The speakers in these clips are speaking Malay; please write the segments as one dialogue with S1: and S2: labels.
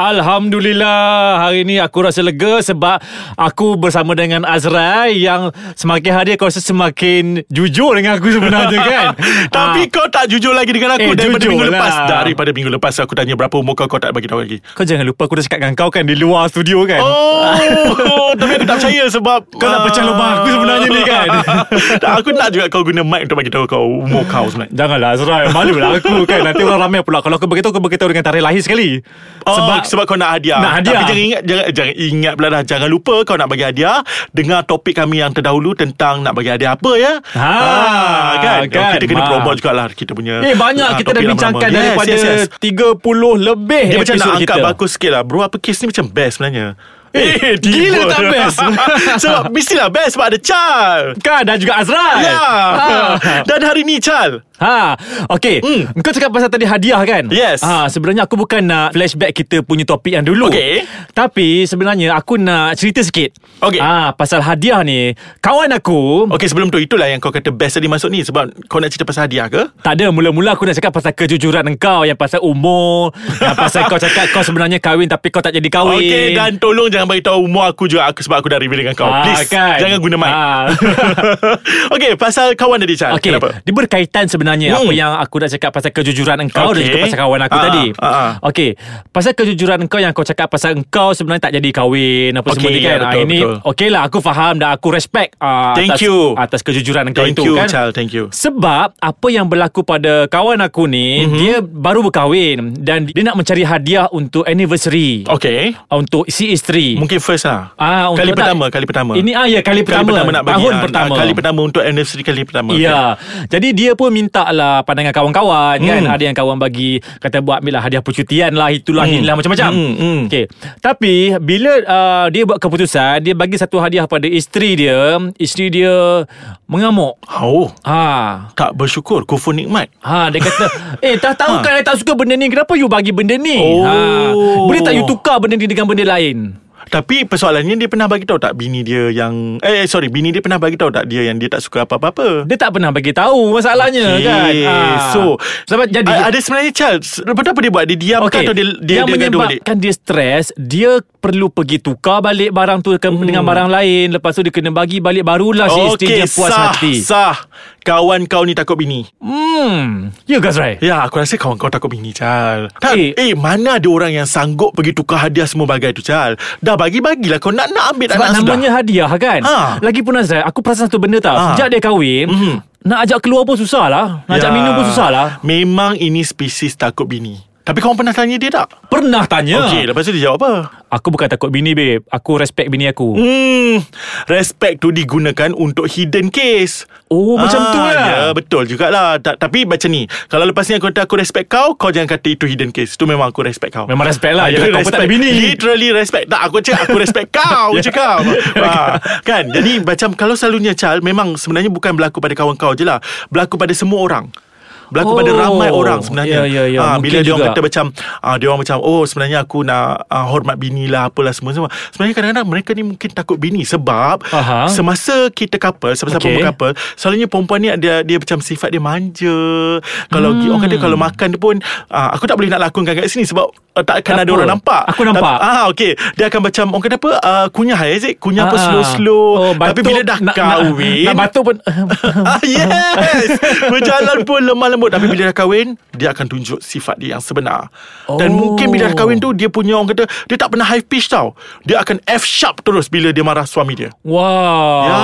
S1: Alhamdulillah Hari ni aku rasa lega Sebab Aku bersama dengan Azrai Yang semakin hari Aku rasa semakin Jujur dengan aku sebenarnya kan
S2: Tapi
S1: Ah,
S2: kau tak jujur lagi dengan aku
S1: Eh,
S2: eh, Daripada
S1: jujur
S2: minggu
S1: lah.
S2: lepas Daripada minggu lepas Aku tanya berapa umur kau Kau tak bagi tahu lagi
S1: Kau jangan lupa Aku dah cakap dengan kau kan Di luar studio kan
S2: Oh Tapi aku tak percaya sebab ah.
S1: Kau nak pecah lubang aku sebenarnya ni kan?
S2: tak, Aku nak juga kau guna mic Untuk bagi tahu kau Umur kau sebenarnya
S1: Janganlah Azrai Malu lah aku kan Nanti orang ramai pula Kalau aku beritahu Aku beritahu dengan tarikh lahir sekali
S2: Oh, sebab, sebab kau nak hadiah
S1: Nak hadiah.
S2: Tapi jangan ingat jangan, jangan ingat pula dah Jangan lupa kau nak bagi hadiah Dengar topik kami yang terdahulu Tentang nak bagi hadiah apa ya
S1: Ha,
S2: kan?
S1: kan?
S2: Kita kena
S1: Ha.
S2: promote jugalah Kita punya
S1: Eh banyak
S2: ah,
S1: kita dah
S2: topik
S1: bincangkan
S2: lama-lama. Yes,
S1: Daripada
S2: yes, yes.
S1: 30 lebih
S2: Dia macam nak
S1: episod
S2: angkat
S1: Eh, kita.
S2: bagus sikit lah Bro apa kes ni macam best sebenarnya
S1: Eh,
S2: tiba.
S1: gila tak best.
S2: Sebab mestilah best Sebab ada Chal
S1: Kan dan juga Azrai
S2: Ya
S1: ha.
S2: Dan hari ni Chal
S1: Ha, okey. Mm. Kau cakap pasal tadi hadiah kan?
S2: Hmm. Yes.
S1: Ha, sebenarnya aku bukan nak flashback kita punya topik yang dulu.
S2: Okey.
S1: Tapi sebenarnya aku nak cerita sikit.
S2: Okey.
S1: Ha, pasal hadiah ni. Kawan aku
S2: Okay sebelum tu Itulah yang kau kata best tadi masuk ni Sebab kau nak cerita pasal hadiah ke?
S1: tak ada mula-mula aku nak cakap pasal kejujuran engkau yang pasal umur, yang pasal kau cakap kau sebenarnya kahwin tapi kau tak jadi kahwin.
S2: Okay dan tolong jangan bagi tahu umur aku juga aku sebab aku dah reveal dengan kau.
S1: Ah,
S2: Please
S1: kan?
S2: jangan guna mic.
S1: Ah.
S2: okay pasal kawan tadi Chal.
S1: Okey,
S2: Kenapa?
S1: dia berkaitan sebenarnya
S2: Hmm.
S1: apa yang aku dah cakap pasal kejujuran engkau dan
S2: Okey.
S1: juga pasal kawan aku
S2: Ah,
S1: tadi.
S2: ah, ah.
S1: Okey, pasal kejujuran engkau yang kau cakap pasal engkau sebenarnya tak jadi kahwin apa
S2: Okey,
S1: semua ni
S2: ya,
S1: kan.
S2: betul,
S1: Ah, ini
S2: betul.
S1: okeylah aku faham dan aku respect ah,
S2: Thank
S1: atas
S2: you.
S1: atas kejujuran engkau
S2: Thank
S1: itu
S2: you
S1: kan.
S2: Chal, thank you.
S1: Sebab apa yang berlaku pada kawan aku ni,
S2: Mhm.
S1: mm-hmm. dia baru berkahwin dan dia nak mencari hadiah untuk anniversary.
S2: Okay.
S1: Untuk si isteri.
S2: Mungkin first lah.
S1: Ah, untuk
S2: kali
S1: tak-
S2: pertama, kali pertama.
S1: Ini ah ya kali pertama,
S2: Kali pertama nak bagi
S1: tahun
S2: ah,
S1: pertama.
S2: ah, Kali pertama untuk anniversary kali pertama
S1: Ya Jadi dia pun minta lah Pandangan kawan-kawan hmm. kan Ada yang kawan bagi Kata buat ambil lah hadiah percutian lah Itulah hmm. inilah macam-macam
S2: Hmm, hmm.
S1: okay. Tapi Bila uh, dia buat keputusan Dia bagi satu hadiah pada isteri dia Isteri dia Mengamuk
S2: Okay. Oh
S1: Ha
S2: tak bersyukur Kufur nikmat
S1: Ha dia kata Eh dah
S2: Ha.
S1: tahu kan I tak suka benda ni Kenapa you bagi benda ni
S2: Oh.
S1: ha, Boleh tak you tukar benda ni Dengan benda lain
S2: Tapi persoalannya Dia pernah bagi tahu tak Bini dia yang Eh eh, sorry Bini dia pernah bagi tahu tak Dia yang dia tak suka apa-apa-apa
S1: Dia tak pernah bagi tahu Masalahnya
S2: Okey,
S1: kan
S2: So
S1: Sebab jadi
S2: A- Ada sebenarnya Charles Lepas tu apa dia buat Dia diam okay.
S1: Okey.
S2: atau dia, dia,
S1: yang
S2: dia gaduh balik
S1: menyebabkan dia stres, dia perlu pergi tukar balik barang tu ke, hmm. dengan barang lain. Lepas tu dia kena bagi balik barulah si isteri
S2: Okey,
S1: dia puas
S2: sah,
S1: hati.
S2: Sah Kawan kau ni takut bini
S1: Hmm. You guys right.
S2: Ya aku rasa kawan kau takut bini Chal tak,
S1: Eh.
S2: eh. eh mana ada orang yang sanggup Pergi tukar hadiah semua bagai tu Chal Dah bagi-bagilah Kau nak nak ambil
S1: Sebab
S2: anak
S1: namanya
S2: sudah
S1: hadiah kan.
S2: Ha.
S1: Lagipun Azrai, aku perasan satu benda tau.
S2: Ha. Hmm. Ya.
S1: Sejak dia kahwin, mm. nak ajak keluar pun susah lah. Nak ajak minum pun susah lah.
S2: Memang ini spesies takut bini tapi kau pernah tanya dia tak?
S1: Pernah tanya.
S2: Okey, lepas tu dia jawab apa?
S1: Aku bukan takut bini babe. Aku respect bini aku.
S2: Hmm, respect tu digunakan untuk hidden case.
S1: Oh, macam tu lah.
S2: Ya, betul jugalah. Ta- tapi macam ni, kalau lepas ni aku kata aku respect kau, kau jangan kata itu hidden case. Tu memang aku respect kau.
S1: Memang respect lah.
S2: Ah,
S1: Ya,
S2: dia
S1: kau pun tak ada bini. Ya.
S2: Literally respect. Tak, aku cakap aku respect kau je kau. Ah, kan? Jadi macam kalau selalunya Chal, memang sebenarnya bukan berlaku pada kawan kau je lah. Berlaku pada semua orang. Berlaku oh, pada
S1: Oh.
S2: ramai orang sebenarnya.
S1: Ya, ya, ya.
S2: Ah,
S1: Mungkin
S2: bila dia
S1: juga.
S2: orang kata macam ah, dia orang macam oh sebenarnya aku nak ah, hormat bini lah apalah semua semua. Sebenarnya kadang-kadang mereka ni mungkin takut bini sebab
S1: Aha.
S2: semasa kita couple sama-sama
S1: Okey.
S2: okay. couple selaluanya perempuan ni dia dia macam sifat dia manja. Kalau hmm. orang kata kalau makan dia pun ah, aku tak boleh nak lakonkan kat sini sebab ah, tak
S1: Tak
S2: akan ada
S1: apa.
S2: orang nampak.
S1: Aku nampak.
S2: Tapi, ah okey. Dia akan macam orang kata apa ah, kunyah ya Zik. Kunyah
S1: Ah,
S2: apa
S1: ah. Oh,
S2: slow-slow. Tapi
S1: batuk,
S2: bila dah
S1: nak,
S2: kahwin
S1: Nak, nak batuk pun
S2: Ah, yes Berjalan pun lemah lembut Tapi bila dah kahwin Dia akan tunjuk sifat dia yang sebenar Dan
S1: Oh.
S2: mungkin bila dah kahwin tu Dia punya orang kata Dia tak pernah high pitch tau Dia akan F sharp terus Bila dia marah suami dia
S1: Wow.
S2: Ya.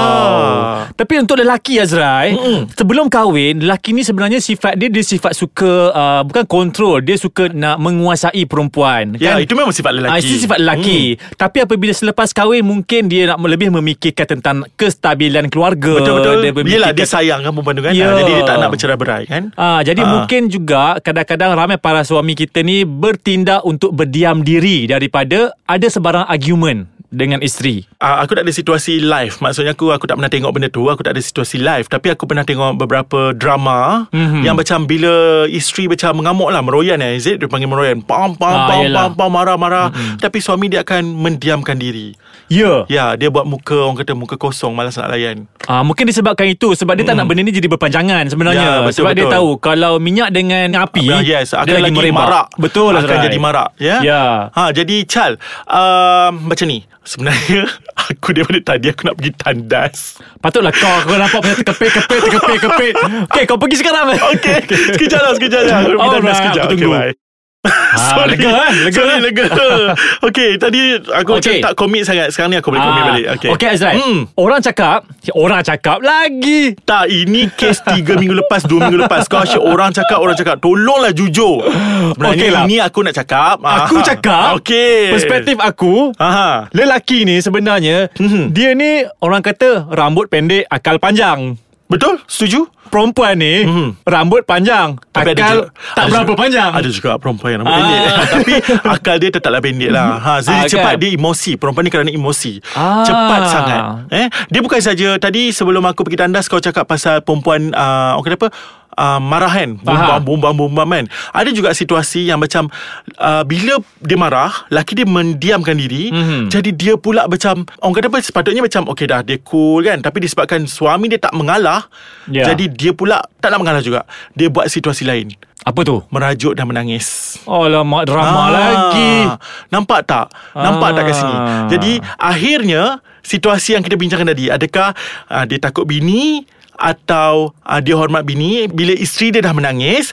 S1: Tapi untuk lelaki Azrai, Mm-mm. sebelum kahwin, lelaki ni sebenarnya sifat dia dia sifat suka uh, bukan kontrol, dia suka nak menguasai perempuan.
S2: Ya
S1: kan?
S2: itu memang sifat lelaki Mm.
S1: Ah, itu sifat lelaki hmm. Tapi apabila selepas kahwin Mungkin dia nak lebih memikirkan Tentang kestabilan keluarga
S2: Betul-betul
S1: dia memikirkan-
S2: Yelah dia sayang kan perempuan tu kan
S1: Ya.
S2: Ah, Jadi dia tak nak bercerai berai kan
S1: Ah, jadi
S2: Ah.
S1: mungkin juga kadang-kadang ramai para suami kita ni bertindak untuk berdiam diri daripada ada sebarang argument dengan isteri.
S2: Uh, aku tak ada situasi live Maksudnya aku Aku tak pernah tengok benda tu Aku tak ada situasi live Tapi aku pernah tengok beberapa
S1: Mhm.
S2: drama mm-hmm. Yang macam bila Isteri macam mengamuk lah Meroyan eh Is it? Dia panggil meroyan Pam pam pam
S1: Ah,
S2: pam
S1: yelah. Mhm.
S2: pam pam marah-marah mm-hmm. tapi suami dia akan mendiamkan diri.
S1: Ya.
S2: Ya, dia buat muka orang kata muka kosong malas nak layan.
S1: Ah mungkin disebabkan itu sebab dia tak nak benda ni jadi berpanjangan sebenarnya.
S2: Hmm. Ya, betul,
S1: sebab dia
S2: betul.
S1: tahu kalau minyak dengan api
S2: Ah, yes, akan
S1: dia
S2: lagi,
S1: merebak.
S2: marak.
S1: Betul
S2: akan
S1: Azrai.
S2: jadi marak, ya.
S1: Ya.
S2: Ha, jadi Chal, um, macam ni. Sebenarnya aku daripada tadi aku nak pergi tandas.
S1: Patutlah kau kau nampak macam terkepit kepit terkepit kepit. Okey kau pergi sekarang.
S2: Okay, sekejap lah, sekejap lah. Aku pergi
S1: Alright,
S2: tandas sekejap.
S1: aku
S2: Okay,
S1: tunggu.
S2: bye.
S1: Ah, lega eh? Lega.
S2: Sorry, lega. okay, tadi aku okay. macam
S1: Okay.
S2: tak komit sangat. Sekarang ni aku boleh komit
S1: Ah,
S2: balik. Okay,
S1: Okey Azrai.
S2: Hmm.
S1: Orang cakap, orang cakap lagi.
S2: Tak, ini kes 3 minggu lepas, 2 minggu lepas. Kau asyik orang cakap, orang cakap. Tolonglah jujur. Sebenarnya
S1: Okey lah.
S2: ini aku nak cakap.
S1: Aku
S2: Aha.
S1: cakap
S2: Okay.
S1: Perspektif aku
S2: Ah. Aha.
S1: Lelaki ni sebenarnya
S2: Mhm.
S1: Dia ni orang kata Rambut pendek Akal panjang
S2: Betul? Setuju?
S1: Perempuan ni
S2: Mhm.
S1: Rambut panjang
S2: Tapi ada
S1: Akal
S2: juga-
S1: Hmm. Tak
S2: ada
S1: berapa
S2: juga-
S1: panjang
S2: Ada juga perempuan yang rambut
S1: Ah.
S2: pendek Tapi akal dia tetaplah pendek lah ha, Jadi
S1: Ah, kan?
S2: cepat dia emosi Perempuan ni kerana emosi
S1: Ah.
S2: Cepat sangat eh? Dia bukan saja Tadi sebelum aku pergi tandas Kau cakap pasal perempuan uh, Orang kata apa Uh, marah kan
S1: Faham.
S2: Bumbam-bumbam-bumbam kan Ada juga situasi yang macam uh, Bila dia marah Laki dia mendiamkan diri
S1: Mhm.
S2: Jadi dia pula macam Orang kata apa Sepatutnya macam Okay dah dia cool kan Tapi disebabkan suami dia tak mengalah
S1: Ya.
S2: Jadi dia pula Tak nak mengalah juga Dia buat situasi lain
S1: Apa tu?
S2: merajuk dan menangis.
S1: Alamak drama
S2: Ah,
S1: lagi
S2: Nampak tak? Nampak tak kat
S1: Ah.
S2: sini? Jadi akhirnya situasi yang kita bincangkan tadi, adakah uh, dia takut bini atau uh, dia hormat bini bila isteri dia dah menangis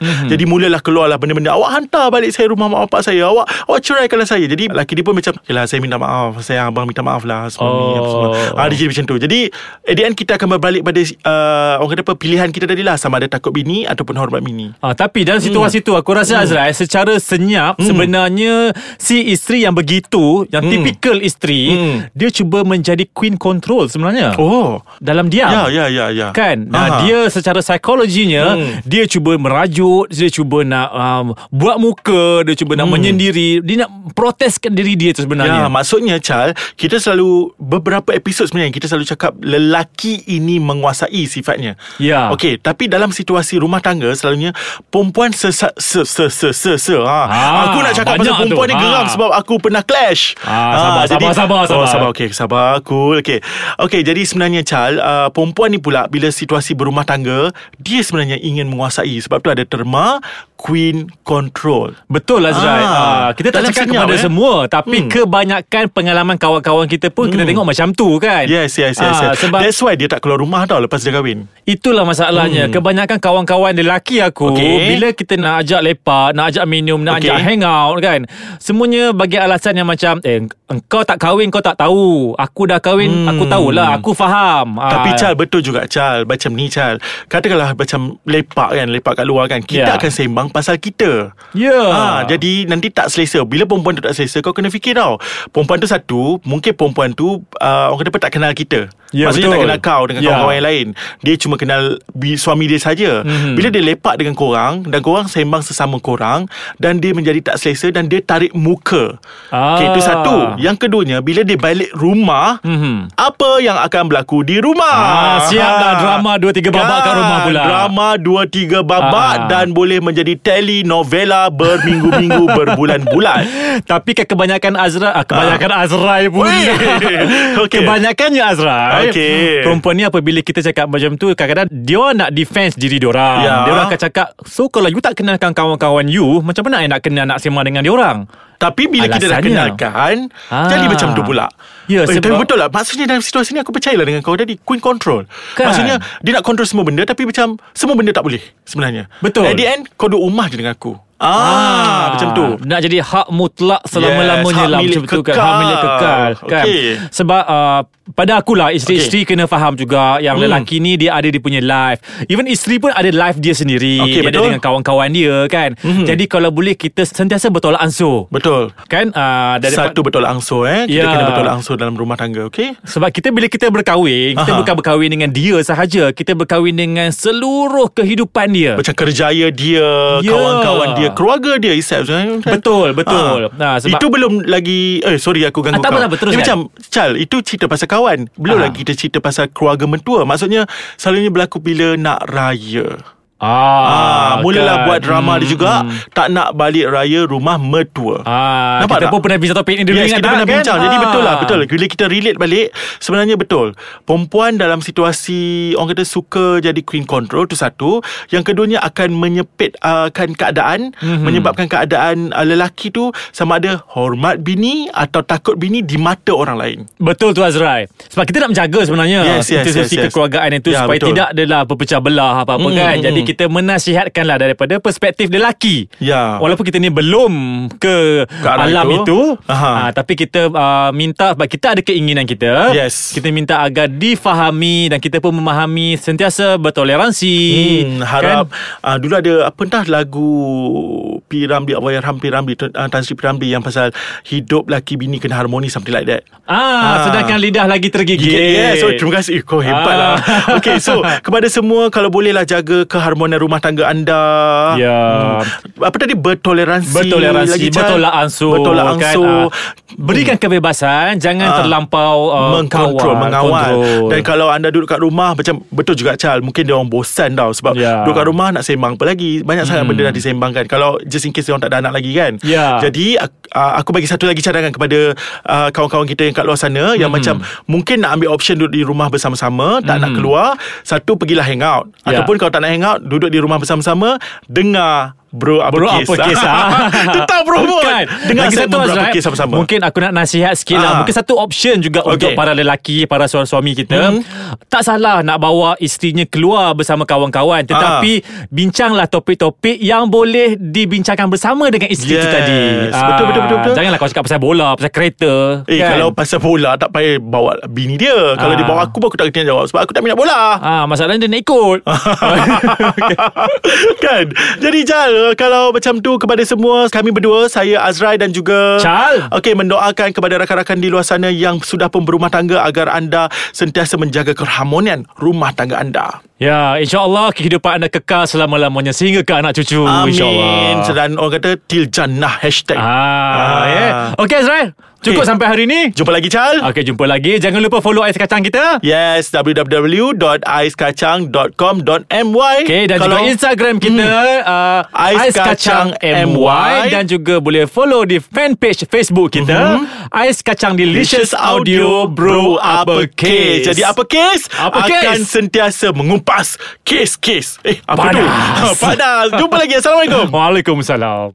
S1: Mhm.
S2: mm-hmm. jadi mulalah keluarlah benda-benda awak hantar balik saya rumah mak bapak saya awak awak cerai kalau saya jadi laki dia pun macam "Okey lah saya minta maaf saya abang minta maaf lah semua ni apa semua
S1: Oh.
S2: ah, dia jadi macam tu jadi at the end kita akan berbalik pada uh, orang kata apa pilihan kita tadi lah sama ada takut bini ataupun hormat bini
S1: Ah, tapi
S2: Hmm.
S1: dalam situasi tu aku rasa Azrai secara senyap sebenarnya si isteri yang begitu
S2: Hmm.
S1: yang tipikal isteri dia cuba menjadi queen control sebenarnya.
S2: oh
S1: Dalam diam.
S2: Ya, ya, ya, ya.
S1: Kan
S2: Ha.
S1: nah, Dia secara psikologinya
S2: Hmm.
S1: Dia cuba merajuk Dia cuba nak um, Buat muka Dia cuba nak menyendiri Dia nak proteskan diri dia tu
S2: Hmm. Ya,
S1: sebenarnya
S2: maksudnya Chal, kita selalu beberapa episod sebenarnya kita selalu cakap lelaki ini menguasai sifatnya.
S1: Ya.
S2: Okey, tapi dalam situasi rumah tangga selalunya perempuan sesa, se se se se, se ha.
S1: Ha,
S2: Aku nak cakap
S1: banyak
S2: pasal perempuan
S1: tu.
S2: ni geram
S1: Ha.
S2: sebab aku pernah clash.
S1: Ha, sabar, sabar, sabar,
S2: Oh,
S1: sabar.
S2: sabar. Okey, sabar. Cool. Okey. Okey, jadi sebenarnya Chal, uh, perempuan ni pula bila situasi berumah tangga, dia sebenarnya ingin menguasai. Sebab tu ada terma queen control.
S1: Betul Azrai
S2: Ah.
S1: ah. Kita tak
S2: Dalam
S1: cakap
S2: senyap,
S1: kepada
S2: eh?
S1: semua Tapi kebanyakan pengalaman kawan-kawan kita pun Kita tengok macam tu kan
S2: Hmm. Yes, yes, yes.
S1: Ah,
S2: yes.
S1: Sebab
S2: That's why dia tak keluar rumah tau lepas dia kahwin.
S1: Itulah masalahnya hmm. Kebanyakan kawan-kawan lelaki aku
S2: Okey.
S1: okay. Bila kita nak ajak lepak Nak ajak minum Nak
S2: Okey.
S1: okay. ajak hang out kan Semuanya bagi alasan yang macam Eh engkau tak kahwin Kau tak tahu Aku dah kahwin hmm. Aku tahulah Aku faham
S2: Tapi
S1: Ah,
S2: Chal betul juga Chal Macam ni Chal Katakanlah macam lepak kan Lepak kat luar kan Kita yeah.
S1: Ya.
S2: akan sembang pasal kita
S1: Ya.
S2: ha, Jadi nanti tak selesa Bila perempuan tu tak selesa Kau kena fikir tau Perempuan tu satu Mungkin perempuan tu uh, Orang kata apa tak kenal kita
S1: Ya,
S2: Maksudnya tak
S1: betul.
S2: kenal kau Dengan
S1: Ya.
S2: kawan-kawan yang lain Dia cuma kenal bi- Suami dia saja
S1: Mhm.
S2: Bila dia lepak dengan korang Dan korang sembang sesama korang Dan dia menjadi tak selesa Dan dia tarik muka
S1: Ah.
S2: Okay itu satu Yang keduanya Bila dia balik rumah
S1: Mhm.
S2: Apa yang akan berlaku di rumah Ya,
S1: Ah, siap dah drama dua, tiga babak kat rumah pula.
S2: Drama dua tiga babak
S1: Ah.
S2: dan boleh menjadi telenovela berminggu-minggu berbulan-bulan.
S1: Tapi kan kebanyakan Azra ah, Kebanyakan Azrai pun
S2: Weh. Okey.
S1: Kebanyakannya Azrai
S2: Okey.
S1: Perempuan ni apabila kita cakap macam tu Kadang-kadang dia orang nak defense diri diorang
S2: Ya.
S1: Dia orang akan cakap So kalau you tak kenalkan kawan-kawan you Macam mana I nak kenal nak sema dengan dia orang
S2: Tapi bila kita dah
S1: Alasannya.
S2: kenalkan
S1: Ah.
S2: Jadi macam tu pula
S1: Ya,
S2: eh, Tapi
S1: sebab-
S2: betul lah Maksudnya dalam situasi ni Aku percayalah dengan kau tadi Queen control
S1: Kan.
S2: Maksudnya Dia nak control semua benda Tapi macam Semua benda tak boleh Sebenarnya
S1: Betul.
S2: At the end Kau duduk rumah je dengan aku Ah, Macam tu
S1: Nak jadi hak mutlak
S2: Yes,
S1: selama-lamanya
S2: hak
S1: lah
S2: milik
S1: macam tu kan. Hak
S2: kekal.
S1: milik kekal kan.
S2: Okey.
S1: Sebab uh, pada akulah isteri-isteri kena faham juga yang
S2: Hmm.
S1: lelaki ni dia ada dia punya life. Even isteri pun ada life dia sendiri.
S2: Okey,
S1: dia
S2: betul. Hmm.
S1: ada dengan kawan-kawan dia kan. Jadi kalau boleh kita sentiasa bertolak ansur.
S2: Betul
S1: Kan uh,
S2: Satu betul angsur eh Kita
S1: Ya.
S2: kena betul angsur dalam rumah tangga Okay
S1: Sebab kita bila kita berkahwin, kita
S2: Aha.
S1: bukan berkahwin dengan dia sahaja, kita berkahwin dengan seluruh kehidupan dia.
S2: Macam kerjaya dia
S1: Ya.
S2: Kawan-kawan dia Keluarga dia Isab
S1: Betul, betul. Ah, sebab-
S2: Itu belum lagi Eh sorry aku ganggu
S1: Ah, tak apa,
S2: kau
S1: tak apa, terus
S2: Dia
S1: kan?
S2: Macam Chal itu cerita pasal kawan Belum
S1: Ah.
S2: lagi kita cerita pasal keluarga mentua Maksudnya Selalunya berlaku bila nak raya Ah,
S1: kan.
S2: mulalah buat drama hmm, dia juga hmm. tak nak balik raya rumah mertua.
S1: Ah, kita
S2: Nampak tak?
S1: pun pernah bincang topik ni dulu
S2: yes,
S1: ingat
S2: kita
S1: tak,
S2: pernah
S1: kan?
S2: bincang. Jadi
S1: Ah.
S2: betul lah, betul. Bila kita relate balik, sebenarnya betul. Perempuan dalam situasi orang kata suka jadi queen control tu satu. Yang keduanya akan menyepit uh, kan keadaan, mm-hmm. menyebabkan keadaan uh, lelaki tu sama ada hormat bini atau takut bini di mata orang lain.
S1: Betul tu Azrai Sebab kita nak menjaga sebenarnya
S2: Yes, yes,
S1: Institusi
S2: yes, yes.
S1: kekeluargaan itu
S2: Ya,
S1: Supaya
S2: betul.
S1: tidak adalah berpecah belah Apa-apa
S2: Mm,
S1: kan
S2: mm,
S1: Jadi
S2: mm.
S1: kita menasihatkanlah Daripada perspektif lelaki
S2: Ya.
S1: Walaupun kita ni belum Ke,
S2: Ke arah
S1: alam itu,
S2: itu. Aha.
S1: ah, Tapi kita uh, minta Sebab kita ada keinginan kita
S2: Yes.
S1: Kita minta agar difahami Dan kita pun memahami Sentiasa bertoleransi
S2: Hmm, harap
S1: kan?
S2: kan? uh, dulu ada apa entah lagu P Ramli Awayarham P Ramli Tun- uh, Tan Sri P Ramli yang pasal hidup laki bini kena harmoni something like that.
S1: ah,
S2: Ah.
S1: Sedangkan lidah lagi tergigit
S2: Yeah. yeah. So terima kasih Eh, Kau hebat
S1: Ah.
S2: lah Okay so Kepada semua Kalau bolehlah jaga Keharmonian rumah tangga anda
S1: Ya.
S2: hmm. Apa tadi Bertoleransi
S1: Bertoleransi
S2: lagi, Chan.
S1: Bertolak ansur
S2: Bertolak ansur
S1: Lah kan, ah. Berikan kebebasan Jangan
S2: Ah.
S1: terlampau uh,
S2: mengkontrol,
S1: kawal,
S2: mengawal.
S1: kontrol.
S2: Dan kalau anda duduk kat rumah macam betul juga Chal, mungkin dia orang bosan tau
S1: Ya.
S2: sebab
S1: Hmm.
S2: yeah. duduk kat rumah nak sembang apa lagi? Banyak sangat benda dah disembangkan. Kalau just in case dia orang tak ada anak lagi kan.
S1: Ya.
S2: Jadi ak- uh, aku bagi satu lagi cadangan kepada uh, kawan-kawan kita yang kat luar sana
S1: Hmm.
S2: yang macam mungkin nak ambil option duduk di rumah bersama-sama, tak nak keluar, satu pergilah hang out.
S1: Ya.
S2: Ataupun kalau tak nak hang out, duduk di rumah bersama-sama, dengar Bro apa
S1: Bro
S2: kes
S1: apa kes ah?
S2: Tetap promote
S1: Bukan.
S2: Dengar
S1: Lagi satu
S2: segmen bro apa
S1: Azrael,
S2: kes sama-sama
S1: Mungkin aku nak nasihat sikit lah
S2: Ah.
S1: Mungkin satu option juga
S2: Okay.
S1: Untuk para lelaki Para suami-suami
S2: Hmm.
S1: kita Tak salah nak bawa Isterinya keluar Bersama
S2: Ah.
S1: kawan-kawan Tetapi Bincanglah topik-topik Yang boleh Dibincangkan bersama Dengan isteri tu
S2: Yes.
S1: tadi Ah.
S2: Betul, betul, betul, betul.
S1: Janganlah kau cakap pasal bola Pasal kereta
S2: Eh kan? kalau pasal bola Tak payah bawa bini dia
S1: Ah.
S2: Kalau dia bawa aku pun Aku tak kena jawab Sebab aku tak minat bola
S1: Ah, masalahnya dia nak ikut. Ah.
S2: Kan Jadi Jal Kalau macam tu Kepada semua Kami berdua Saya Azrai dan juga
S1: Chal.
S2: Okey mendoakan kepada rakan-rakan di luar sana Yang sudah pun berumah tangga Agar anda Sentiasa menjaga keharmonian Rumah tangga anda
S1: ya, insyaAllah kehidupan anda kekal selama-lamanya sehingga ke anak cucu.
S2: Amin
S1: InsyaAllah.
S2: Dan orang kata Til jannah Hashtag
S1: Ah, ah. Yeah. Okey Azrael, cukup
S2: Okey.
S1: sampai hari ni.
S2: Jumpa lagi Jal
S1: Okey, jumpa lagi. Jangan lupa follow Ais Kacang kita.
S2: Yes www.aiskacang.com.my
S1: Okey, dan juga Instagram kita uh,
S2: Ais Kacang MY.
S1: dan juga boleh follow di fanpage Facebook kita Ais Kacang Delicious Audio Bro Apa Case.
S2: Jadi apa kes?
S1: Apa
S2: Akan
S1: kes?
S2: sentiasa mengumpas kes-kes. Eh, apa
S1: Panas.
S2: tu? Panas. Jumpa lagi. Assalamualaikum.
S1: Waalaikumsalam.